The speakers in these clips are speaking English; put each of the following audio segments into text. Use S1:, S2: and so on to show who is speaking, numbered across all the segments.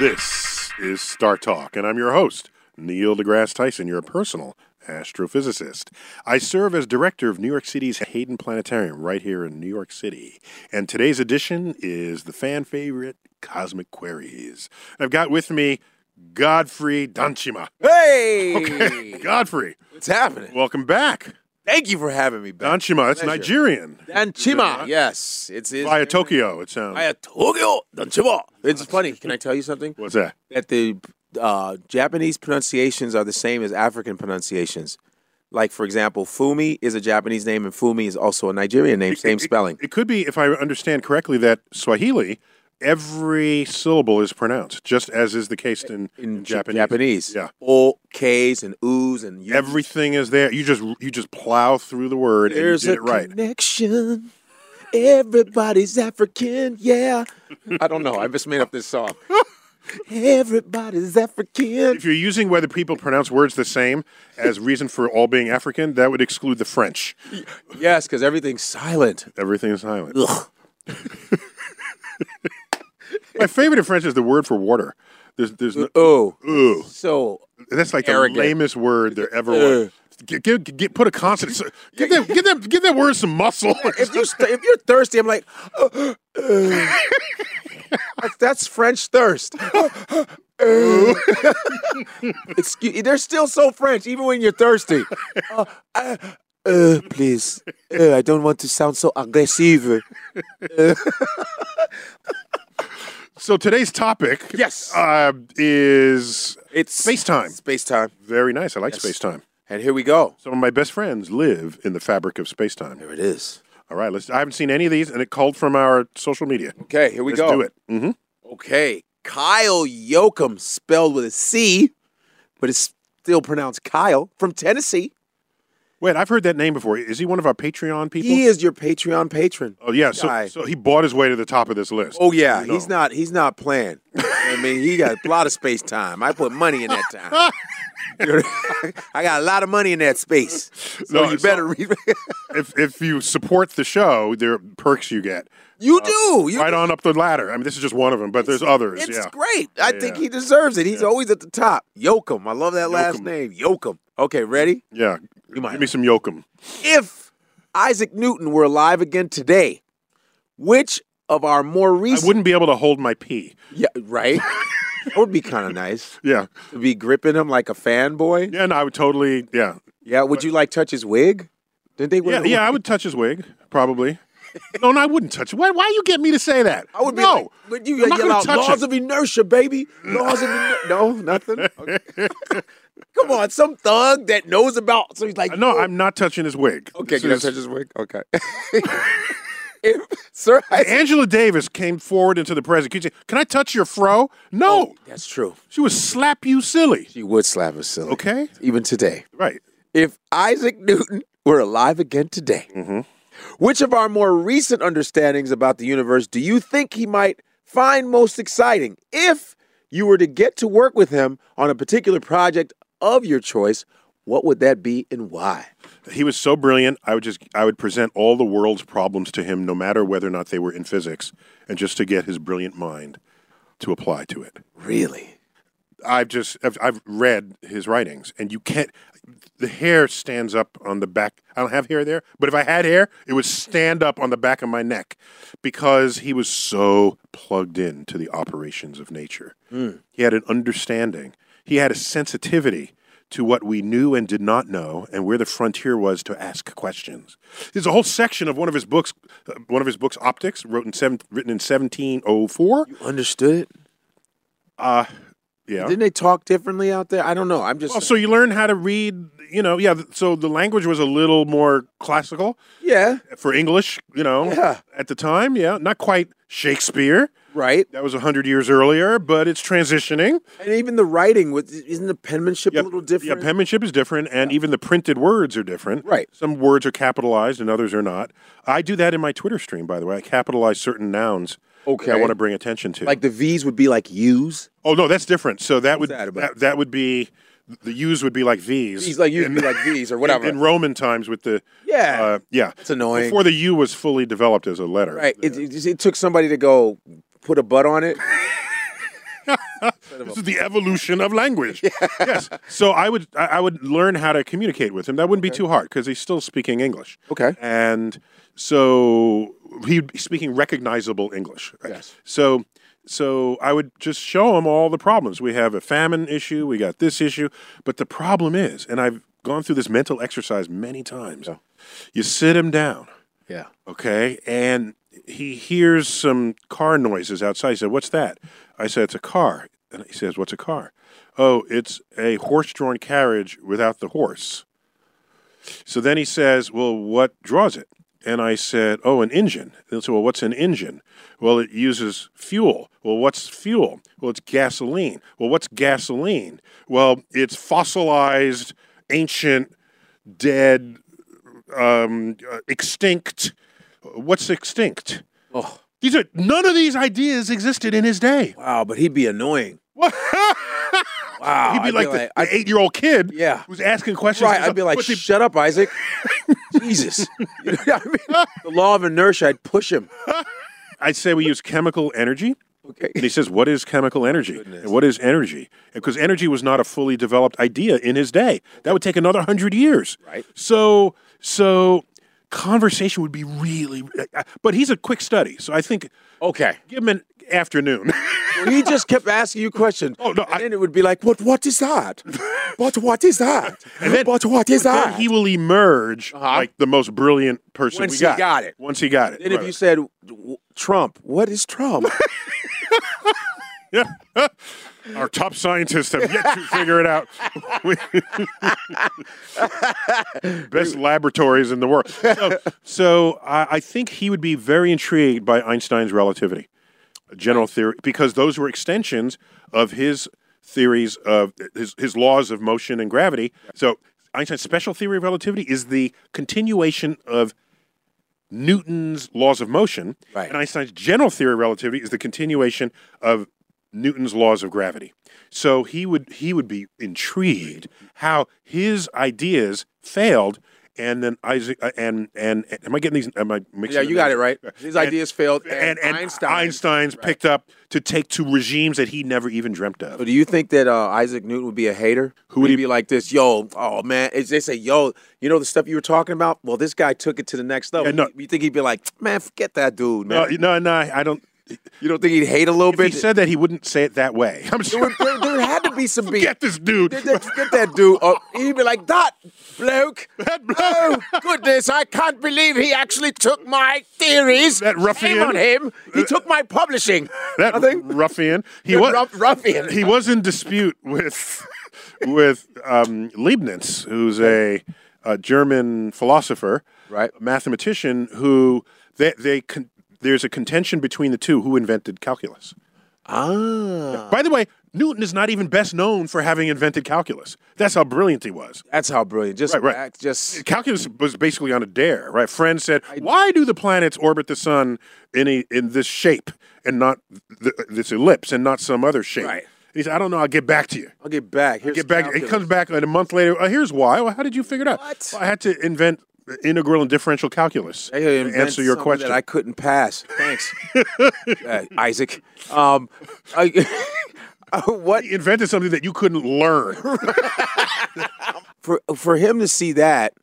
S1: This is Star Talk, and I'm your host, Neil deGrasse Tyson, your personal astrophysicist. I serve as director of New York City's Hayden Planetarium right here in New York City. And today's edition is the fan favorite Cosmic Queries. I've got with me Godfrey Danchima.
S2: Hey!
S1: Okay, Godfrey,
S2: What's happening?
S1: welcome back.
S2: Thank you for having me back.
S1: Danchima, it's
S2: Pleasure.
S1: Nigerian.
S2: Danchima. Yes, it's his.
S1: Via Tokyo, it sounds.
S2: Via Tokyo. Danchima. It's funny. Can I tell you something?
S1: What's that?
S2: That the uh, Japanese pronunciations are the same as African pronunciations. Like, for example, Fumi is a Japanese name, and Fumi is also a Nigerian name, same spelling.
S1: It could be, if I understand correctly, that Swahili, every syllable is pronounced, just as is the case in, in
S2: J-
S1: Japanese.
S2: Japanese.
S1: Yeah.
S2: O, Ks, and U's, and U's.
S1: Everything is there. You just you just plow through the word
S2: There's
S1: and
S2: a
S1: you did it right.
S2: connection. Everybody's African, yeah. I don't know. I just made up this song. Everybody's African.
S1: If you're using whether people pronounce words the same as reason for all being African, that would exclude the French.
S2: Yes, because everything's silent.
S1: Everything is silent.
S2: Ugh.
S1: My favorite in French is the word for water. There's there's no,
S2: Oh,
S1: ooh.
S2: so
S1: That's like
S2: Arrogant. Uh.
S1: the lamest word there ever
S2: Ugh.
S1: was. Give, give, give, put a consonant. so- Give that, give that, give that word some muscle.
S2: if you st- if you're thirsty, I'm like, uh, uh. that's French thirst. Uh. Excuse, they're still so French, even when you're thirsty. Uh, uh, uh, please, uh, I don't want to sound so aggressive.
S1: So today's topic,
S2: Yes.
S1: uh, is
S2: It's
S1: Space time.
S2: Space time.
S1: very nice. I like space time.
S2: And here we go.
S1: Some of my best friends live in the fabric of space time.
S2: There it is.
S1: All right, let's. I haven't seen any of these, and it called from our social media.
S2: Okay, here we
S1: let's
S2: go.
S1: do it. hmm
S2: Okay, Kyle Yoakum, spelled with a C, but it's still pronounced Kyle from Tennessee.
S1: Wait, I've heard that name before. Is he one of our Patreon people?
S2: He is your Patreon patron.
S1: oh yeah. So,
S2: Guy.
S1: so he bought his way to the top of this list.
S2: Oh yeah,
S1: You know.
S2: he's not he's not playing. I mean, he got a lot of space time. I put money in that time. I got a lot of money in that space. So
S1: No,
S2: you
S1: so-
S2: better read.
S1: If if you support the show, there are perks you get.
S2: you do. You,
S1: right on up the ladder. I mean, this is just one of them, but there's others.
S2: it's
S1: yeah.
S2: great. I
S1: Yeah,
S2: think
S1: yeah.
S2: he deserves it. He's always at the top. Yoakum. I love that last
S1: Yoakum.
S2: name. Yoakum. Okay, ready?
S1: Yeah.
S2: You might-
S1: Give me some yokum.
S2: if Isaac Newton were alive again today, which of our more
S1: I
S2: recent
S1: wouldn't be able to hold my pee.
S2: yeah, right? that would be kind of nice
S1: Yeah.
S2: to be gripping him like a fanboy. Yeah,
S1: Yeah, no, I would totally. Yeah.
S2: would you like touch his wig? Didn't they? wear
S1: Yeah,
S2: the-
S1: yeah, I would touch his wig, probably. no, no, I wouldn't touch it. Why, why you get me to say that?
S2: I would be.
S1: no.
S2: Like, would you
S1: I'm not
S2: yell
S1: gonna
S2: out
S1: touch
S2: laws
S1: it.
S2: of inertia, baby? Laws of inertia. no, nothing. Okay. Come on, some thug that knows about. So he's like,
S1: Uh, no, I'm not touching his wig.
S2: okay.
S1: This
S2: Can I
S1: is-
S2: touch his wig? Okay. If Sir Isaac.
S1: Angela Davis came forward into the present. Can, you say, Can I touch your fro? No.
S2: That's true.
S1: She would slap you silly.
S2: She would slap us silly.
S1: Okay?
S2: Even today.
S1: Right.
S2: if Isaac Newton we're alive again today.
S1: Mm-hmm.
S2: Which of our more recent understandings about the universe do you think he might find most exciting if you were to get to work with him on a particular project of your choice? What would that be and why?
S1: He was so brilliant. I would just I would present all the world's problems to him, no matter whether or not they were in physics, and just to get his brilliant mind to apply to it.
S2: Really?
S1: I've just I've, I've read his writings, and you can't. The hair stands up on the back. I don't have hair there, but if I had hair, it would stand up on the back of my neck because he was so plugged in to the operations of nature. He had an understanding. He had a sensitivity to what we knew and did not know, and where the frontier was to ask questions. There's a whole section of one of his books, uh, one of his books, Optics, wrote in seven, written in 1704.
S2: Understood it?
S1: Uh, yeah.
S2: Didn't they talk differently out there? I don't know. I'm just
S1: Well, Oh, so you learn how to read, you know, yeah. th- So the language was a little more classical
S2: yeah,
S1: for English, you know,
S2: Yeah.
S1: at the time. Yeah, not quite Shakespeare.
S2: right.
S1: That was a hundred years earlier, but it's transitioning.
S2: And even the writing with isn't the penmanship a little different?
S1: Yeah, penmanship is different, and even the printed words are different.
S2: Right.
S1: Some words are capitalized and others are not. I do that in my Twitter stream, by the way. I capitalize certain nouns. That I
S2: Okay.
S1: want to bring attention to.
S2: like the V's would be like U's.
S1: oh no, that's different. So that would
S2: that about?
S1: that, that would be the U's would be like V's.
S2: He's like U's would be like V's or whatever.
S1: in Roman times with the
S2: Yeah.
S1: uh, yeah
S2: It's annoying.
S1: before the U was fully developed as a letter.
S2: right. It, it, it took somebody to go put a butt on it.
S1: This is the evolution of language. yes. So I would I I would learn how to communicate with him. That wouldn't be too hard because he's still speaking English.
S2: Okay.
S1: And so he'd be speaking recognizable English. right?
S2: Yes.
S1: So so I would just show him all the problems. We have a famine issue, we got this issue, but the problem is, and I've gone through this mental exercise many times. You sit him down.
S2: Yeah.
S1: Okay. And he hears some car noises outside. He said, What's that? I said, It's a car. And he says, What's a car? Oh, it's a horse drawn carriage without the horse. So then he says, Well, what draws it? And I said, Oh, an engine. And so, well, what's an engine? Well, it uses fuel. Well, what's fuel? Well, it's gasoline. Well, what's gasoline? Well, it's fossilized, ancient, dead, um, uh, extinct. What's extinct?
S2: Oh
S1: These are none of these ideas existed in his day.
S2: wow, but he'd be annoying. Wow.
S1: He'd be
S2: I'd
S1: like, the,
S2: I-
S1: the eight-year-old kid,
S2: Yeah.
S1: who's asking questions.
S2: Right, I'd be like,
S1: But the-
S2: shut up, Isaac. Jesus. You know what I mean? The law of inertia, I'd push him.
S1: I'd say we use chemical energy.
S2: Okay.
S1: And he says, "What is chemical energy? And what is energy? Because energy was not a fully developed idea in his day. That would take another hundred years.
S2: Right.
S1: So, so conversation would be really. uh, But he's a quick study, so I think
S2: Okay.
S1: give him an afternoon.
S2: Well, he just kept asking you questions.
S1: Oh, no,
S2: And
S1: I-
S2: then it would be like, but what is that? But what is that?
S1: then-
S2: but what is
S1: then
S2: that?
S1: he will emerge
S2: Uh-huh.
S1: like the most brilliant person
S2: Once
S1: we
S2: he
S1: got.
S2: got it.
S1: Once he got it.
S2: then if you said w- Trump, what is Trump?
S1: right. yeah. Our top scientists have yet to figure it out. We- Best laboratories in the world. So, so I, I think he would be very intrigued by Einstein's relativity, general theory, because those were extensions of his theories of his, his laws of motion and gravity. So Einstein's special theory of relativity is the continuation of Newton's laws of motion,
S2: Right.
S1: and Einstein's general theory of relativity is the continuation of Newton's laws of gravity. So he would he would be intrigued how his ideas failed, and then Isaac uh, and and, and- am I getting these? Am I mixing?
S2: yeah,
S1: the
S2: you got it
S1: names?
S2: right. His ideas failed.
S1: And, and
S2: Einstein.
S1: Einstein's picked up to take to regimes that he never even dreamt of.
S2: So do you think that uh, Isaac Newton would be a hater? Who would he be like this? Yo, oh man, Is they say, yo, you know the stuff you were talking about? Well, this guy took it to the next level.
S1: Yeah, no.
S2: You think he'd be like, man, forget that dude, man?
S1: No, Uh, no, no, I don't.
S2: you don't think he'd hate a little
S1: If he
S2: bit?
S1: said that, he wouldn't say it that way. I'm
S2: there,
S1: sure.
S2: would- there- there had to be some beef.
S1: Get this dude.
S2: Get that, get that dude. Up. He'd be like, that bloke.
S1: That bloke."
S2: Oh, goodness. I can't believe he actually took my theories.
S1: That ruffian.
S2: Shame on him. He took my publishing.
S1: that
S2: I think.
S1: ruffian. He
S2: That
S1: was
S2: ruff- ruffian.
S1: He was in dispute with with um, Leibniz, who's a, a German philosopher,
S2: Right.
S1: mathematician. Who they they con- there's a contention between the two who invented calculus.
S2: Ah.
S1: By the way, Newton is not even best known for having invented calculus. That's how brilliant he was.
S2: That's how brilliant. Just
S1: Right, right.
S2: act- just
S1: Calculus was basically on a dare, right? Friend said, "Why do the planets orbit the sun in a, in this shape and not th- this ellipse and not some other shape?"
S2: Right.
S1: He said, "I don't know. I'll get back to you."
S2: I'll get back. Here's
S1: get back. It comes back and a month later. "Oh, here's why. Well, how did you figure it out?
S2: What?
S1: "Well, I had to invent integral and differential calculus
S2: I
S1: to
S2: gotta invent
S1: answer your
S2: something
S1: question.
S2: that I couldn't pass. Thanks, Uh, Isaac. Um, I, uh, what
S1: He invented something that you couldn't learn.
S2: for for him to see that,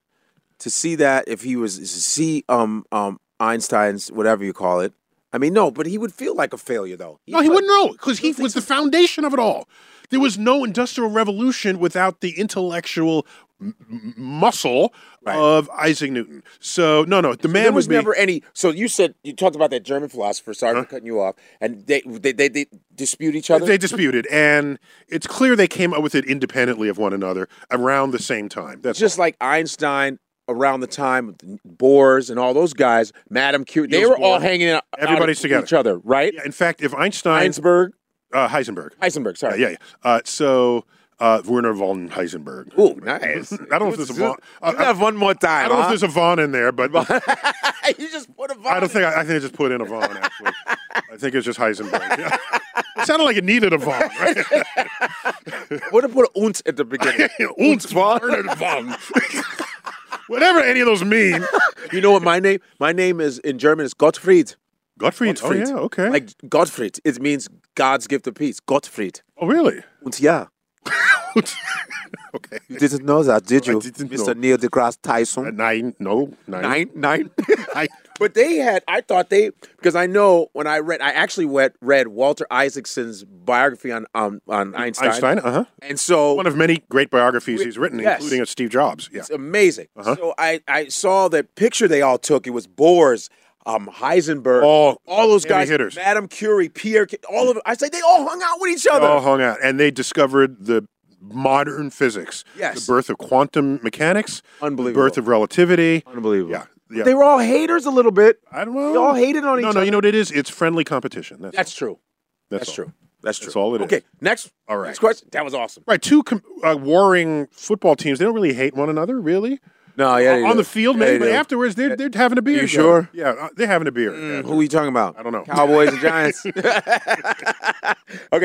S2: to see that if he was to see um um Einstein's whatever you call it. I mean, no, but he would feel like a failure though.
S1: no, he wouldn't know because he was the foundation of it all. There was no industrial revolution without the intellectual m- m- muscle
S2: Right.
S1: of Isaac Newton. So no, no, the man
S2: there was
S1: would be-
S2: never any. So you said you talked about that German philosopher. Sorry for cutting you off. And they they they, they dispute each other.
S1: They disputed, and it's clear they came up with it independently of one another around the same time. That's
S2: just like Einstein around the time of the Boers and all those guys, Madame Curie, they
S1: Niels
S2: were all
S1: Bohr.
S2: hanging out.
S1: Everybody's
S2: out
S1: together.
S2: Each other, right?
S1: Yeah, in fact, if Einstein,
S2: Heisenberg.
S1: uh, Heisenberg,
S2: Heisenberg, sorry.
S1: yeah, yeah. Uh, so uh, Werner von Heisenberg.
S2: Ooh, nice.
S1: I don't know if there's a von. I,
S2: You have one more
S1: I
S2: time.
S1: don't know if there's a von in there, but
S2: huh? you just put a
S1: I
S2: vomit.
S1: don't think I, I think I just put in a von. Actually, I think it's just Heisenberg. Yeah. it sounded like it needed a von. Right?
S2: Would have put a unz at the beginning.
S1: Und Werner von. Whatever any of those mean.
S2: you know what my name? My name is in German is Gottfried.
S1: Gottfried.
S2: Gottfried.
S1: Oh yeah. Okay.
S2: Like Gottfried, it means God's gift of peace. Gottfried.
S1: oh really?
S2: Und ja,
S1: okay.
S2: you didn't know that, did you,
S1: didn't
S2: Mr.
S1: know.
S2: Neil deGrasse Tyson?
S1: Nine. No. Nine.
S2: nine.
S1: I-
S2: But they had, I thought they, because I know when I read, I actually read, read Walter Isaacson's biography on um, on Einstein,
S1: Einstein. Uh huh.
S2: and so
S1: One of many great biographies he's written,
S2: Yes.
S1: including of Steve Jobs. Yeah.
S2: it's amazing.
S1: Uh-huh.
S2: So I I saw that picture they all took. It was Bohr's, um, Heisenberg,
S1: All-
S2: all those
S1: Oh, heavy
S2: guys,
S1: hitters.
S2: Madame Curie, Pierre, Cu- all of them. I say they all hung out with each other.
S1: all hung out, and they discovered the modern physics.
S2: Yes.
S1: The birth of quantum mechanics.
S2: Unbelievable.
S1: The birth of relativity.
S2: Unbelievable.
S1: Yeah. Yeah.
S2: They were all haters a little bit.
S1: I don't know.
S2: They all hated on
S1: no,
S2: each
S1: no.
S2: other.
S1: You know what it is? It's friendly competition. That's
S2: That's true.
S1: that's,
S2: That's
S1: all.
S2: true. That's true.
S1: That's all it is.
S2: Okay, next.
S1: All right.
S2: Next question. That was awesome.
S1: Right. Two com- uh, warring football teams. They don't really hate one another, really.
S2: No, yeah.
S1: On the field,
S2: Yeah,
S1: maybe,
S2: they
S1: but
S2: do.
S1: afterwards, they're, they're having a beer.
S2: You
S1: together.
S2: sure? Mm.
S1: Yeah, uh, they're having a beer. yeah.
S2: Who are you talking about?
S1: I don't know.
S2: Cowboys and Giants. okay,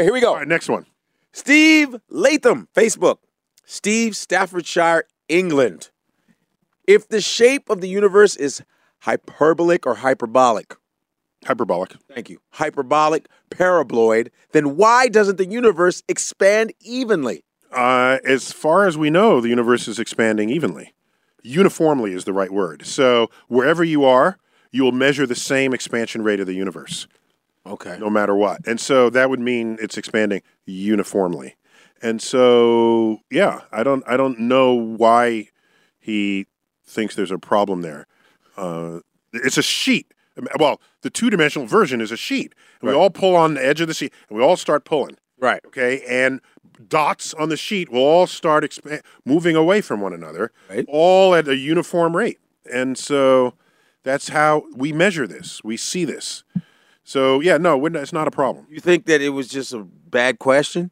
S2: here we
S1: All
S2: go.
S1: right, next one.
S2: Steve Latham, Facebook. Steve Staffordshire, England. If the shape of the universe is hyperbolic or hyperbolic,
S1: Hyperbolic.
S2: thank you, hyperbolic, paraboloid, then why doesn't the universe expand evenly?
S1: Uh, as far as we know, the universe is expanding evenly. Uniformly is the right word. So wherever you are, you will measure the same expansion rate of the universe,
S2: Okay.
S1: no matter what. And so that would mean it's expanding uniformly. And so, yeah, I don't, I don't know why he thinks there's a problem there. Uh, it's a sheet. Well, the two-dimensional version is a sheet. And We all pull on the edge of the sheet, and we all start pulling
S2: Right.
S1: okay and dots on the sheet will all start exp- moving away from one another
S2: Right.
S1: all at a uniform rate and so that's how we measure this we see this so yeah no we're not- it's not a problem
S2: You think that it was just a bad question?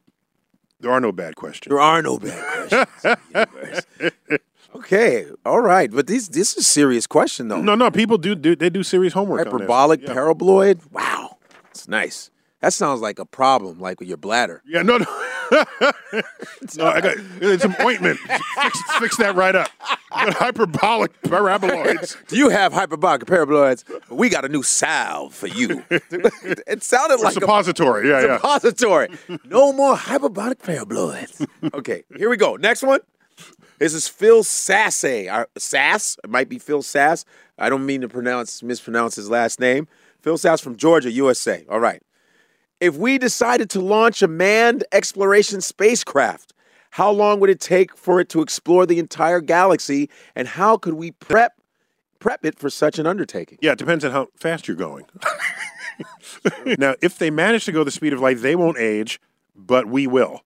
S1: there are no bad questions
S2: There are no bad questions. in the universe. okay, all right, but this this is a serious question though.
S1: no no people do, do they do serious homework on this.
S2: Hyperbolic paraboloid. Wow, it's nice. That sounds like a problem, like with your bladder.
S1: yeah no no no i got it's an ointment fix, fix that right up You got hyperbolic paraboloids
S2: Do you have hyperbolic paraboloids? We got a new salve for you. it sounded like a
S1: suppository yeah yeah
S2: repository. No more hyperbolic paraboloids. Okay, here we go. Next one. This is Phil Sasse. Our- Sass. It might be Phil Sass. I don't mean to pronounce mispronounce his last name. Phil Sass from Georgia, USA. All right. If we decided to launch a manned exploration spacecraft, how long would it take for it to explore the entire galaxy, and how could we prep prep it for such an undertaking?
S1: Yeah, it depends on how fast you're going. now, if they manage to go the speed of light, they won't age, but we will.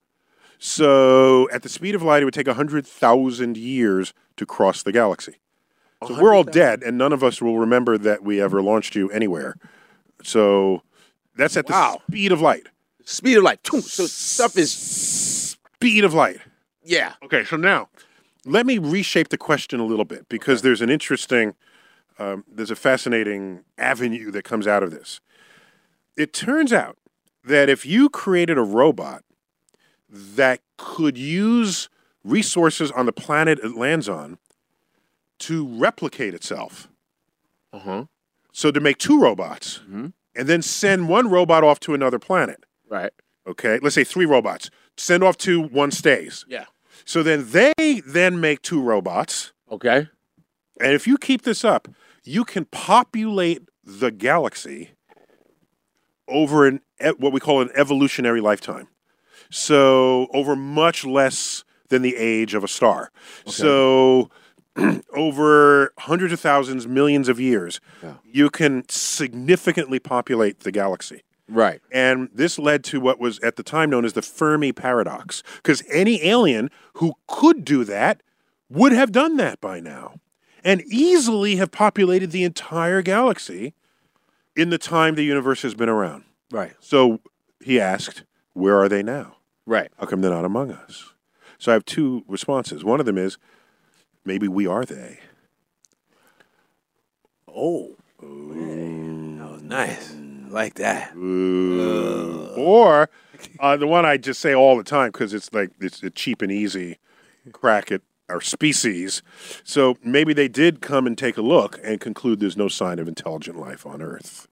S1: So, at the speed of light, it would take 100,000 years to cross the galaxy. So, we're all dead, and none of us will remember that we ever launched you anywhere. So, that's at
S2: Wow.
S1: the speed of light.
S2: speed of light. Toom. So stuff is
S1: Speed of light.
S2: yeah.
S1: Okay, so now let me reshape the question a little bit because there's an interesting, um, there's a fascinating avenue that comes out of this. It turns out that if you created a robot that could use resources on the planet it lands on to replicate itself,
S2: Uh huh.
S1: so to make two robots
S2: Mhm.
S1: and then send one robot off to another planet,
S2: Right.
S1: okay, let's say three robots, send off two, one stays.
S2: Yeah.
S1: So then they then make two robots.
S2: Okay.
S1: And if you keep this up, you can populate the galaxy over an e- what we call an evolutionary lifetime. So over much less than the age of a star. So over hundreds of thousands, millions of years,
S2: Yeah.
S1: you can significantly populate the galaxy.
S2: Right.
S1: And this led to what was at the time known as the Fermi paradox, because any alien who could do that would have done that by now and easily have populated the entire galaxy in the time the universe has been around.
S2: Right.
S1: So he asked, Where are they now?
S2: Right.
S1: How come they're not among us? So I have two responses. One of them is maybe we are they.
S2: Oh. That was Oh, nice. I like that.
S1: Or uh, the one I just say all the time because it's like it's a cheap and easy crack at our species. So maybe they did come and take a look and conclude there's no sign of intelligent life on Earth.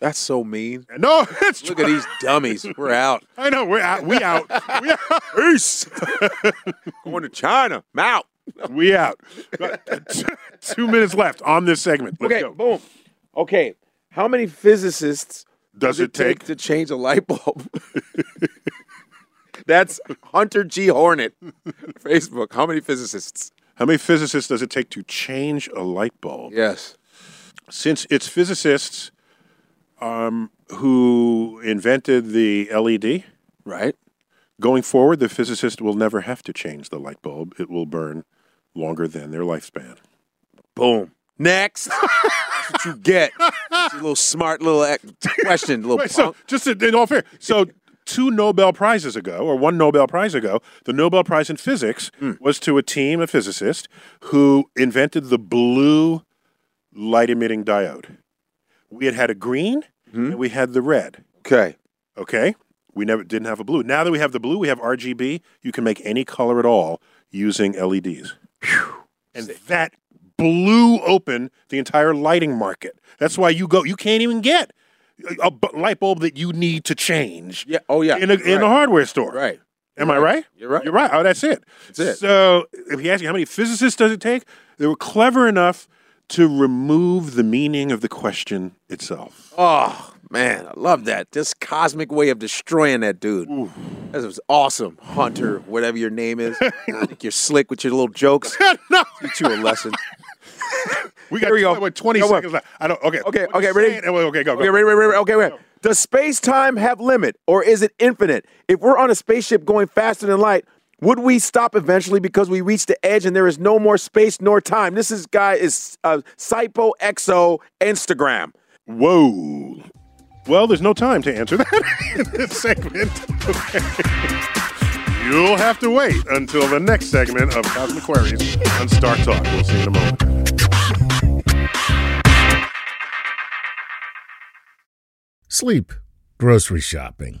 S2: That's so mean.
S1: No, it's
S2: Look at these dummies. We're out.
S1: I know we're out. We out. We out.
S2: Peace. Going to China. I'm out.
S1: We out. uh, Two minutes left on this segment. Let's
S2: Okay.
S1: go.
S2: Boom. Okay. How many physicists
S1: Does it take?
S2: to change a light bulb? That's Hunter G. Hornet. Facebook. How many physicists?
S1: How many physicists does it take to change a light bulb?
S2: Yes.
S1: since it's physicists um, who invented the E LED,
S2: Right.
S1: going forward, the physicist will never have to change the light bulb. It will burn longer than their lifespan.
S2: Boom. Next. That's what you get. It's a little smart little act- question. Little
S1: Wait, so
S2: punk.
S1: just in in all fair, so two Nobel prizes ago, or one Nobel Prize ago, the Nobel Prize in physics was to a team of physicists who invented the blue light emitting diode. We had had a green, and we had the red.
S2: Okay.
S1: Okay. We never didn't have a blue. Now that we have the blue, we have RGB. You can make any color at all using LEDs. And that blew open the entire lighting market. That's why you go. You can't even get a, a bu- light bulb that you need to change
S2: Yeah. Oh yeah.
S1: in a in a
S2: right.
S1: hardware store.
S2: right.
S1: Am I right?
S2: You're right.
S1: You're right. Oh, that's it.
S2: That's it.
S1: So if you ask me how many physicists does it take, they were clever enough to remove the meaning of the question itself.
S2: Oh man, I love that. This cosmic way of destroying that dude. That was awesome, Hunter. Whatever your name is, I think you're slick with your little jokes.
S1: no.
S2: Teach you a lesson.
S1: We got
S2: Here we go.
S1: what, 20
S2: Go on.
S1: seconds left. I don't. Okay.
S2: Okay,
S1: What you
S2: okay, ready?
S1: saying- well, Okay, go. go.
S2: Okay, wait, wait, wait, wait. Okay, wait. Does space time have limit, or is it infinite? If we're on a spaceship going faster than light, would we stop eventually because we reach the edge and there is no more space nor time? This is guy is uh, Cypo Exo Instagram.
S1: Whoa. Well, there's no time to answer that in this segment. Okay. You'll have to wait until the next segment of Cosmic Queries on Star Talk. We'll see you in a moment.
S3: Sleep, grocery shopping,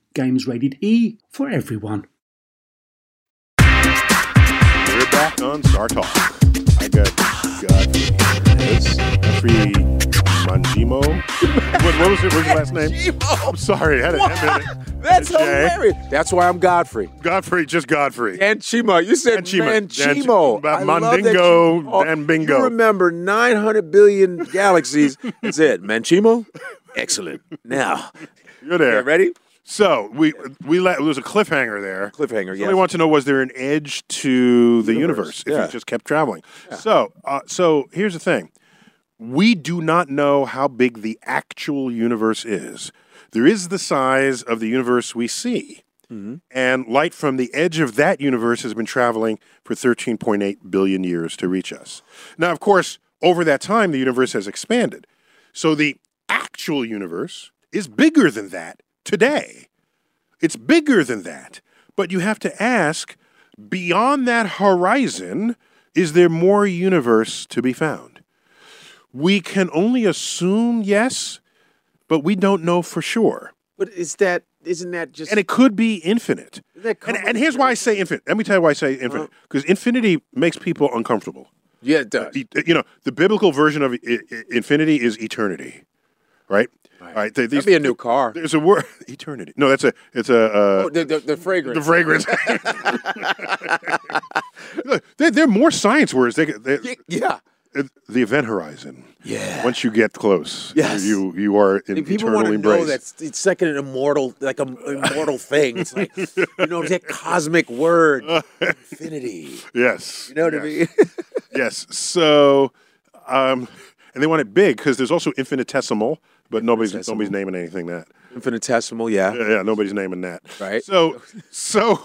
S4: Games rated E for everyone.
S1: We're back on Star Talk. I got got this Jeffrey Manjimo. what, what was it? What was your last name? I'm sorry, I had it.
S2: That's hilarious. That's why I'm Godfrey.
S1: Godfrey, just Godfrey.
S2: Manchimo. You said
S1: Manchimo.
S2: Manchimo.
S1: Manchi-
S2: I love that
S1: Mandingo
S2: you- oh,
S1: and bingo.
S2: You remember 900 billion galaxies. That's it. Manchimo? Excellent. Now,
S1: You're there.
S2: okay, ready?
S1: So we we let there was a cliffhanger there.
S2: Cliffhanger,
S1: Somebody
S2: yes.
S1: wants to know was there an edge to the universe, if
S2: yeah.
S1: you just kept traveling? So uh, so here's the thing: we do not know how big the actual universe is. There is the size of the universe we see, and light from the edge of that universe has been traveling for 13.8 billion years to reach us. Now, of course, over that time, the universe has expanded. So the actual universe is bigger than that today. It's bigger than that. But you have to ask beyond that horizon, is there more universe to be found? We can only assume yes, but we don't know for sure.
S2: But is that, isn't that just.
S1: And it could be infinite.
S2: Isn't that
S1: And,
S2: complicated?
S1: and here's why I say infinite. Let me tell you why I say infinite.
S2: Uh-huh.
S1: Because infinity makes people uncomfortable.
S2: Yeah, it does.
S1: E- You know, the biblical version of i- i- infinity is eternity, right? All right. th-
S2: That'd
S1: these-
S2: be a new car.
S1: There's a word, eternity. No, that's a. It's a. Uh,
S2: Oh, the, the, the fragrance.
S1: the fragrance. Look, there, there are more science words. They, could- they,
S2: yeah.
S1: uh, the event horizon.
S2: Yeah.
S1: Once you get close,
S2: Yes.
S1: you you are in
S2: And people want
S1: eternal
S2: to
S1: embrace.
S2: know that it's- it's like an immortal, like an immortal thing. It's like you know that cosmic word, infinity.
S1: yes,
S2: You know what
S1: yes.
S2: I mean?
S1: Yes. So, um, and they want it big because there's also infinitesimal, but nobody's nobody's naming anything that.
S2: Infinitesimal, yeah.
S1: Yeah, yeah, nobody's naming that.
S2: Right.
S1: So, so.